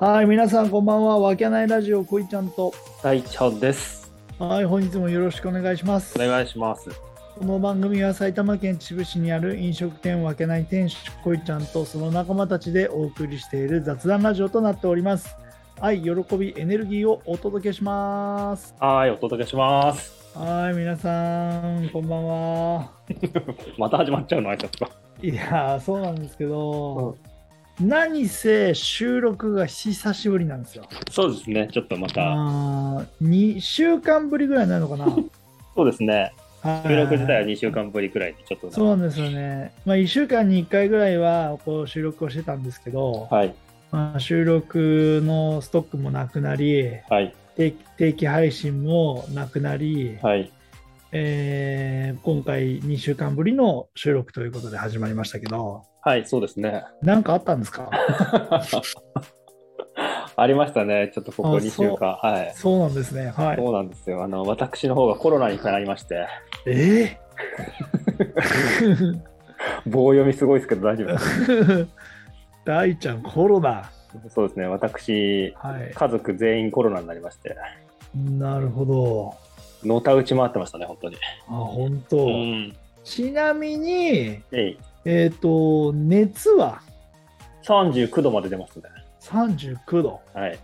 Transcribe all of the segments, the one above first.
はい、皆さんこんばんは。わけないラジオこいちゃんと。大ちゃんです。はい、本日もよろしくお願いします。お願いします。この番組は埼玉県秩父市にある飲食店わけない店主こいちゃんとその仲間たちでお送りしている雑談ラジオとなっております。愛、喜び、エネルギーをお届けします。はい、お届けします。はい、皆さんこんばんは。また始まっちゃうの、挨拶が。いやー、そうなんですけど、何せ収録が久しぶりなんですよ。そうですね、ちょっとまた。あー2週間ぶりぐらいになるのかな。そうですね、はい 収録自体は2週間ぶりくらいで、ちょっとなそうなんですよね、まあ、1週間に1回ぐらいはこう収録をしてたんですけど、はい、まあ、収録のストックもなくなりはい、定期定期配信もなくなり、はい。えー今回2週間ぶりの収録ということで始まりましたけどはい、そうですね。何かあったんですかありましたね、ちょっとここあ2週間。はい。そうなんですねはいそうなんですよ。あの、私の方がコロナにかなりまして、えー棒読みすごいですけど大丈夫 です。大ちゃんコロナそうですね、私、はい家族全員コロナになりまして、なるほどのた打ち回ってましたね、本当に。あ本当、ん。ちなみにえい、えっ、と、熱は39度まで出ますね。 39度。はい。はいはい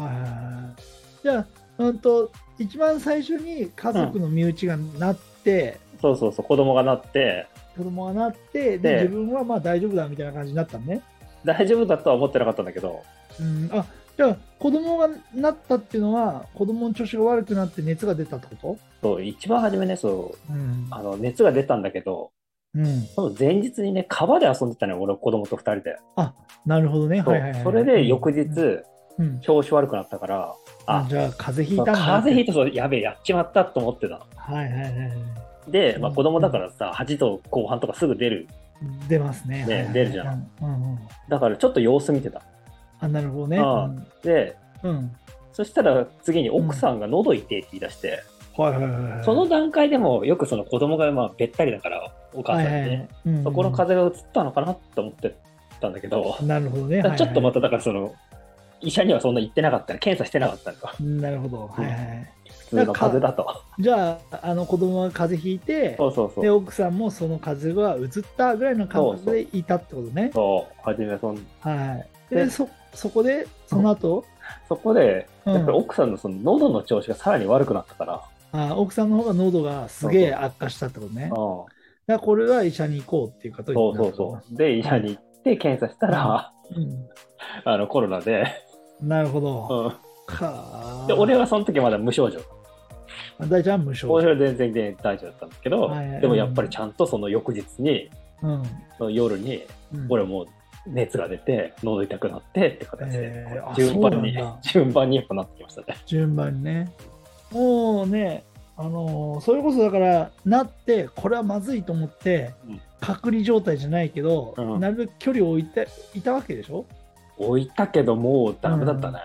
はいじゃあ、うんと、一番最初に家族の身内がなって、そうそうそう、子供がなって、子供がなって、で、ええ自分はまあ大丈夫だみたいな感じになったのね。大丈夫だとは思ってなかったんだけど、うん、あじゃあ、子供がなったっていうのは、子供の調子が悪くなって熱が出たってこそう一番初めねそうとうん。あの、熱が出たんだけど、うん、その前日にね、川で遊んでたのよ、俺、子供と2人で。あなるほどね。そうはいはいはい、それで翌日、うん、調子悪くなったから、ああ、じゃあ、風邪ひいたん風だ。邪ひいてそう、やべえ、やっちまったと思ってたの。はいはいはいはい。で、まあ、子供だからさ、8度後半とかすぐ出る。出ますね。ねはいはいはい出るじゃん。うんうん、だから、ちょっと様子見てた。あなるほどね。ああうんで、うん。そしたら次に奥さんが喉痛いって言い出して、はいはいはいはい。その段階でもよくその子供がまあべったりだから、お母さんにね、うんうんそこの風が移ったのかなと思ってたんだけど、なるほどね。だからちょっとまって。ただからその医者にはそんな行ってなかったの検査してなかったのかなるほど。はいはい。普通の風邪だとじゃあ、あの子供が風邪ひいて、そうそうで、そう奥さんもその風邪がうつったぐらいの感覚でいたってことね。そう初めそんはい。でで、そ、そこで、その後、そこでうんやっぱり奥さんのその喉の調子がさらに悪くなったから、あ奥さんの方が喉がすげえ悪化したってことね。うんだからこれは医者に行こうっていうことにそなうるそうそうで医者に行って検査したら、う。 あのコロナで,、ん。なるほど。うん、かで俺は。はその時まだ無症状大ちゃんは無症無状。症状全然大丈夫だったんですけど、はいはいでもやっぱりちゃんとその翌日にうん。その夜にうん俺もう熱が出て喉痛くなってって形で、えーあ順番にそうなんだ順番にやっぱなってきましたね順番にねもうねあのーそれこそだからなってこれはまずいと思って、うん隔離状態じゃないけど、うんなるべく距離を置いていたわけでしょ置いたけどもうダメだったね、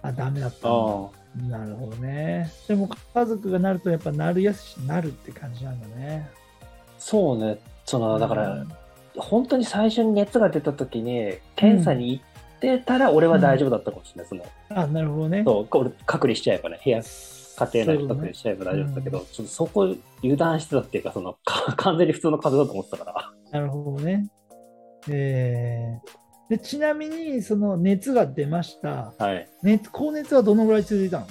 あダメだったあなるほどねでも家族がなるとやっぱなるやすしなるって感じなんだねあそうねそのだから、うん本当に最初に熱が出た時に検査に行ってたら俺は大丈夫だったかもしれない、そあなるほどねのそうこれ隔離しちゃえばね部屋家庭内そうでだ隔ね離しちゃえば大丈夫だったけど、ちょっとそこ油断してたっていうかその か完全に普通の風邪だと思ってたからなるほどねえーでちなみにその熱が出ましたはい熱高熱はどのぐらい続いたの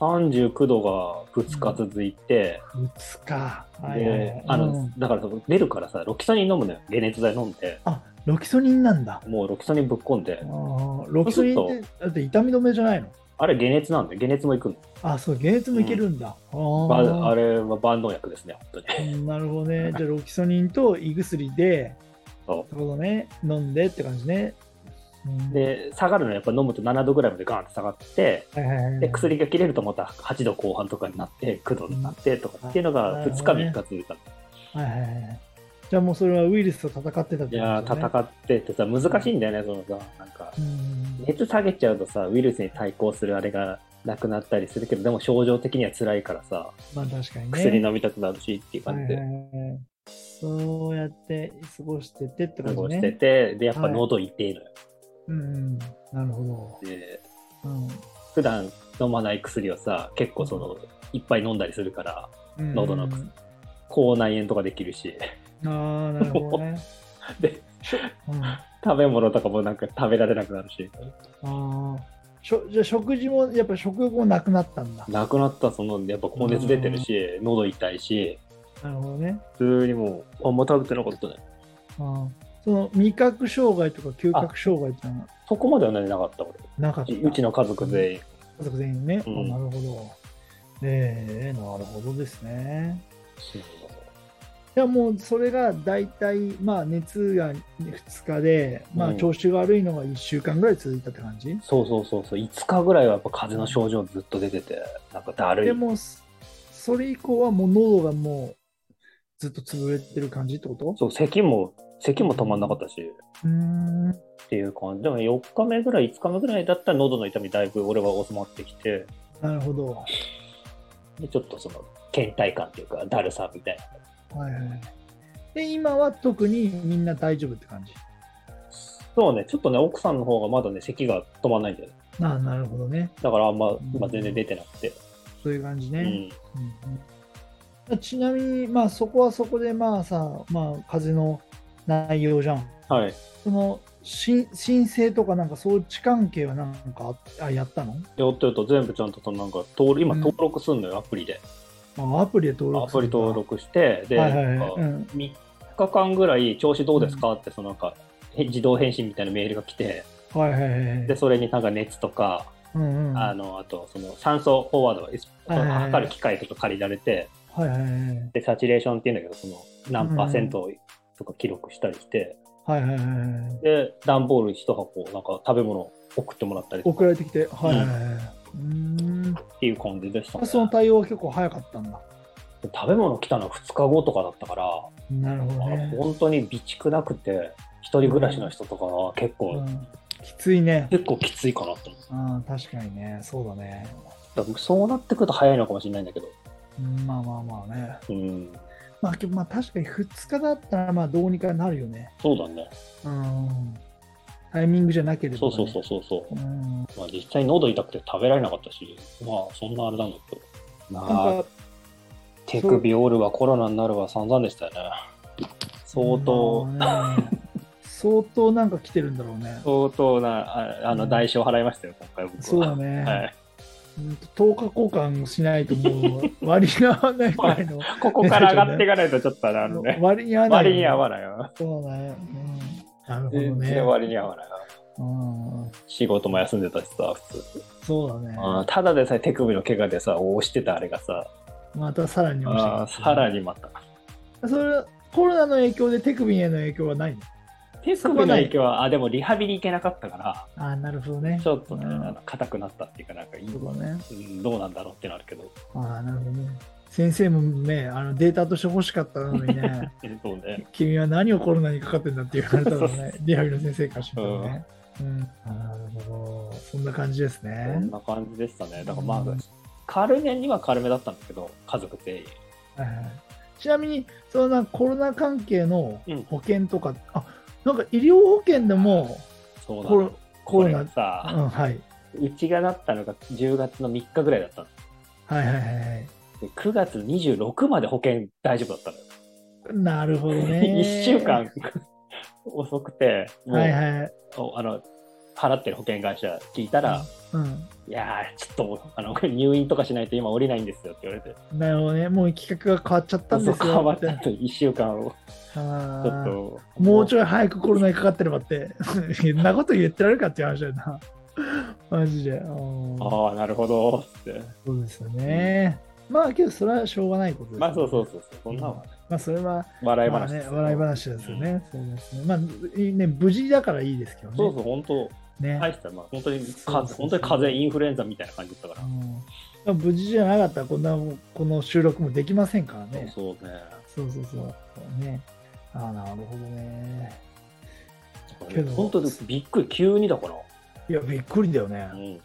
39度が2日続いて、 2日はいはいはいであうのんだからその出るからさロキソニン飲むのよ解熱剤飲んであロキソニンなんだ。もうロキソニンぶっこんであーロキソニンって、だって痛み止めじゃないのあれ解熱なんで解熱もいくのあ、そう、解熱もいけるんだ。ばああーれは万能薬ですね、本当に。うんなるほどね。じゃあ、ロキソニンと胃薬で、そってことね、飲んでって感じね。うんうで、下がるのはやっぱ飲むと7度ぐらいまでガーンって下がって、はいはいはいで薬が切れるとまた8度後半とかになって、9度になってとかっていうのうんが2な日、る3日ほ続いたの。はいはいはいじゃあ、もうそれはウイルスと戦ってたっいてやー、戦ってってさ、難しいんだよね、そのさ、なんか、うん熱下げちゃうとさ、ウイルスに対抗するあれがなくなったりするけど、でも症状的には辛いからさ、まあ、確かにね。薬飲みたくなるしっていうはい感じはいはで。いそうやって過ごしててって過感じごね。してて、で、やっぱはい喉痛いのよ。うん、なるほでど。うん普段飲まない薬をさ結構そのいっぱい飲んだりするからうん喉の奥口内炎とかできるし ああ、なるほどね。でうん、あ食べ物とかもなんか食べられなくなるしあ。しょじゃあ食事も、やっぱ食欲もなくなったんだ。なくなったそのやっぱ高熱出てるし喉痛いしなるほどね。普通にもうあんま食べてなかったねうん、その味覚障害とか嗅覚障害ってのはそこまではなりなかった俺なかった。うちの家族全員家族全員ね。うんあなるほど。ええなるほどですね。いやもうそれが大体、まあ、熱が2日で、まうあ、ん調子が悪いのが1週間ぐらい続いたって感じ、そうそうそうそう5日ぐらいはやっぱ風邪の症状ずっと出ててなんかだるいでもそそれ以降はもう喉がもうずっと潰れてる感じってことそう咳も咳も止まんなかったしうーんっていう感じでも4日目ぐらい5日目ぐらいだったら喉の痛みだいぶ俺は収まってきてなるほど、でちょっとその倦怠感っていうかだるさみたいなはいはい、で今は特にみんな大丈夫って感じそうねちょっとね奥さんの方がまだね咳が止まんないんだよねああなるほどねだからあんまん今全然出てなくて、そういう感じうね、うん、んうんちなみに、まあ、そこはそこでまあさ、まあ、風邪の内容じゃんはいそのし申請とかなんか装置関係はなんかああやったのでおっとると全部ちゃんとそのなんか登録今うん登録すんのよ、アプリであアプリで登ア録すプるリんだ登録してで、はいはいなはいんかうん3日間ぐらい調子どうですかってそのなんかへ自動返信みたいなメールが来てはいはいはいはいでそれになんか熱とかうんうんあのあとその酸素フォワードエスはいはいはい測る機械とか借りられてはいはいはいでサチュレーションっていうんだけどその何パーセントとか記録したりして、はいはいはいはいで段ボール一箱なんか食べ物送ってもらったりとか送られてきてはいはいはいはいうーんっていう感じでした、ね、その食対応は結構早かったんだべ物来たのは2日後とかだったから、なるほどね、本当に備蓄なくて一人暮らしの人とかは結構、うん、きついね結構きついかなと思あっ確かにねそうだねただからそうなってくると早いのかもしれないんだけどうんまあまあまあねうんまあ、けまあ、確かに2日だったらまあどうにかなるよねそうだねうんタイミングじゃなければ、ね、そうそうそうそうそう、うんまあ、実際喉痛くて食べられなかったしまあそんなあれなんだけどなんまあか手首折るわコロナになるわ散々でしたよね相当、まあね相当なんか来てるんだろうね。相当なああの代償払いましたよ、今回僕はそうだね。はい、うん10日交換しないともう割に合わないくらいの。ここから上がっていかないとちょっとあれなのね割に合わない。 割に合わないよそうだね。うん、なるほど全ね然。割に合わないようん、仕事も休んでたしさ普通、そうだね。あーただでさえ手首の怪我でさ押してたあれがさまたさらにあーさらにまたそれコロナの影響で手首への影響はないの手首の影響はあでもリハビリ行けなかったからああ、なるほどね。ちょっとね、うんあの硬くなったっていうか、なんかいい、そうだね。うんどうなんだろうってなるけど、ああ、なるほどね。先生もね、あのデータとして欲しかったのにね。 そうね、君は何をコロナにかかってんだって言われたらね、リハビリの先生からしたらね。うん、なるほど。そんな感じですそねん。な感じでしたね。だからまあ、うん軽めには軽めだったんだけど、家族全員。はいはいちなみに、そのなコロナ関係のうん保険とか、あなんか医療保険でもそうなコロの。コこロれナ、うがんさ、はい、うちがなったのが10月の3日ぐらいだったの。はいはいはいはい。で9月26まで保険大丈夫だったのよ。なるほどね。 1週間遅くて、もう、はいはい。おあの払ってる保険会社聞いたら、うん。いやー、ちょっともうあの入院とかしないと今降りないんですよって言われて、なるほどね。もう企画が変わっちゃったんですよ。変わったと1週間をあちょっーと。もうちょい早くコロナにかかってればって、 そんなこと言ってられるかっていう話だよな。 マジで。うんああ、なるほど。って。そうですよね。まあ、けどそれはしょうがないことです、まあ、そうそうそうそう。そんなのはねまあ、それは、笑いまあ話でね、す。笑い話ですよね。そうですね。まあ、いいね、無事だからいいですけどね。そうそう、本当、ね。大した、まあ、本当にそうそうそう風、本当に風邪、インフルエンザみたいな感じだったかうん無事じゃなかったら、こんな、この収録もできませんからら。ね。そうそうね。そうそうそう。そうね。ああ、なるほどね。けけどど本当ですびっくり、急にだから。いや、びっくりだよねう。ん。うん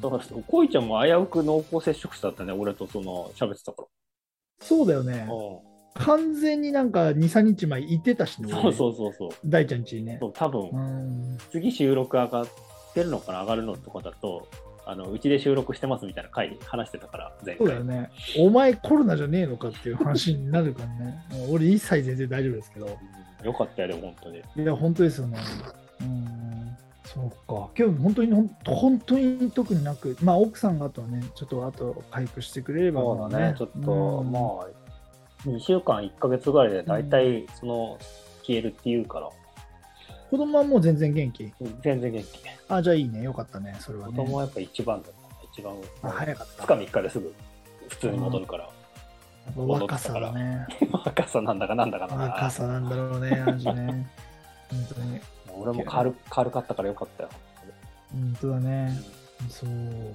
だ。から、こいちゃんも危うく濃厚接触者だったね、俺とその、喋ってたから。そうだよね。う完全になんか2、3日前行ってたしね、そうそううそうそう。大ちゃんちねそ。う多分、うん次収録上がってるのかな、上がるのとかだと、あのうちで収録してますみたいな回話してたから、前そうだよ回。ね。お前コロナじゃねえのかっていう話になるからね。 うん俺一切全然大丈夫ですけど。うんよかったよ、でも本当に。いや、本当ですよね。うん。そうか。今日本当にほん、本当に特になく、まあ奥さんがあとはね、ちょっとあと回復してくれれば、そうだね、ちょっと、うんまあ、2週間、1ヶ月ぐらいで大体、その、消えるっていうから、子供はもう全然元気。全然元気。あ、じゃあいいね。よかったね。それは子ね。供はやっぱ一番だった、一番。あ早かっ2た。日3日ですぐ、普通に戻るから。若さだね。若さなんだかなんだかなんだか。若さなんだろうね、マジね。本当に。俺も軽軽かったからよかったよ。本当だね。そう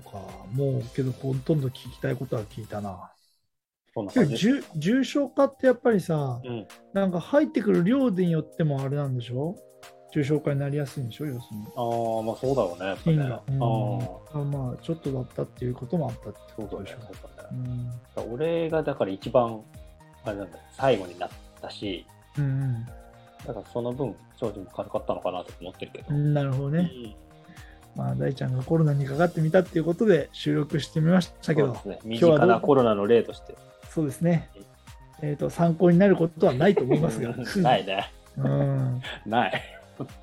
か。もう、けど、ほとんど聞きたいことは聞いたな。そんなけ感どじ。重重症化ってやっぱりさ、うん、なんか入ってくる量によってもあれなんでしょ重症化になりやすいんでしょ要するに。ああ、まあそうだろうね。やっぱ菌ねが。うんああ。あまあ、ちょっとだったっていうこともあったってそうことだでしねょ。そうだうね。ん。俺がだから一番、あれなんだよ最後になったし、うんだからその分、長女も軽かったのかなと思ってるけど。ううんん。なるほどね。まあ、大ちゃんがコロナにかかってみたっていうことで収録してみましたけそうどで、すね。身日はどう近なコロナの例として。。そうですね。えっ、と、参考になることはないと思いますが ないね。うん。ない。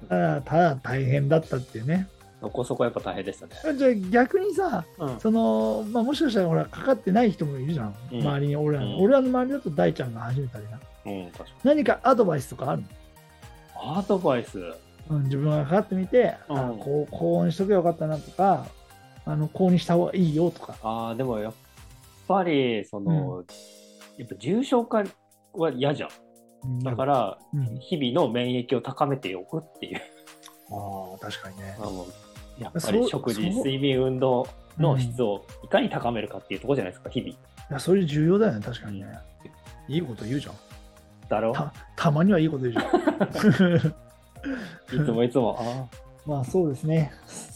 ただ、ただ大変だったっていうね。そこそこやっぱ大変でしたね。じゃあ逆にさ、うん。その、まあ、もしかしたらほら、かかってない人もいるじゃん。うん周りに、俺らの、うん俺らの周りだと大ちゃんが初めてあれな。うん、確かに。何かアドバイスとかあるアドバイス。の、うん、自分がかかってみて、あうんこう、こうにしとけばよかったなとか、あの、こうにした方がいいよとか。、ああ、でもやっぱり、その、やっぱ重症化は嫌じゃん。だからら、うん、日々の免疫を高めておくっていう。ああ、確かにねあ。のやっぱそりう食事、そう睡眠、運動の質を、をいかに高めるかっていうところじゃないですか、日々。いや、それ重要だよね、確かにね。いいこと言うじゃん。だろたたまにはいいこと言うじゃん。いつもいつも。ああ ま あそうですね。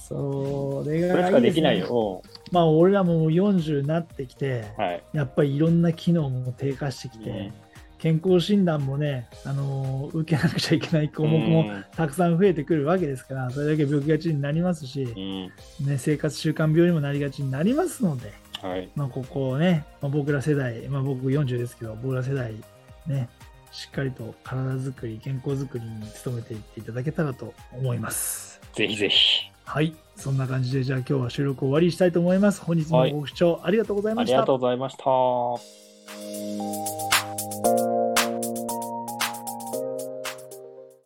それがそれしかできないですね。よ。まあ俺らももう40になってきて、うんはい。やっぱりいろんな機能も低下してきて、うん健康診断もね、あのー受けなくちゃいけない項目もうんたくさん増えてくるわけですから、それだけ病気がちになりますし、うん。ね、生活習慣病にもなりがちになりますので、はい。まあ、ここをね、まあ、僕ら世代、まあ、僕40ですけど、僕ら世代、ね、しっかりと体づくり、健康づくりに努めていっていただけたらと思います。ぜひぜひ。はい、そんな感じで、じゃあ今日は収録終わりにしたいと思います。本日もご視聴ありがとうございあましりた。がとうございました。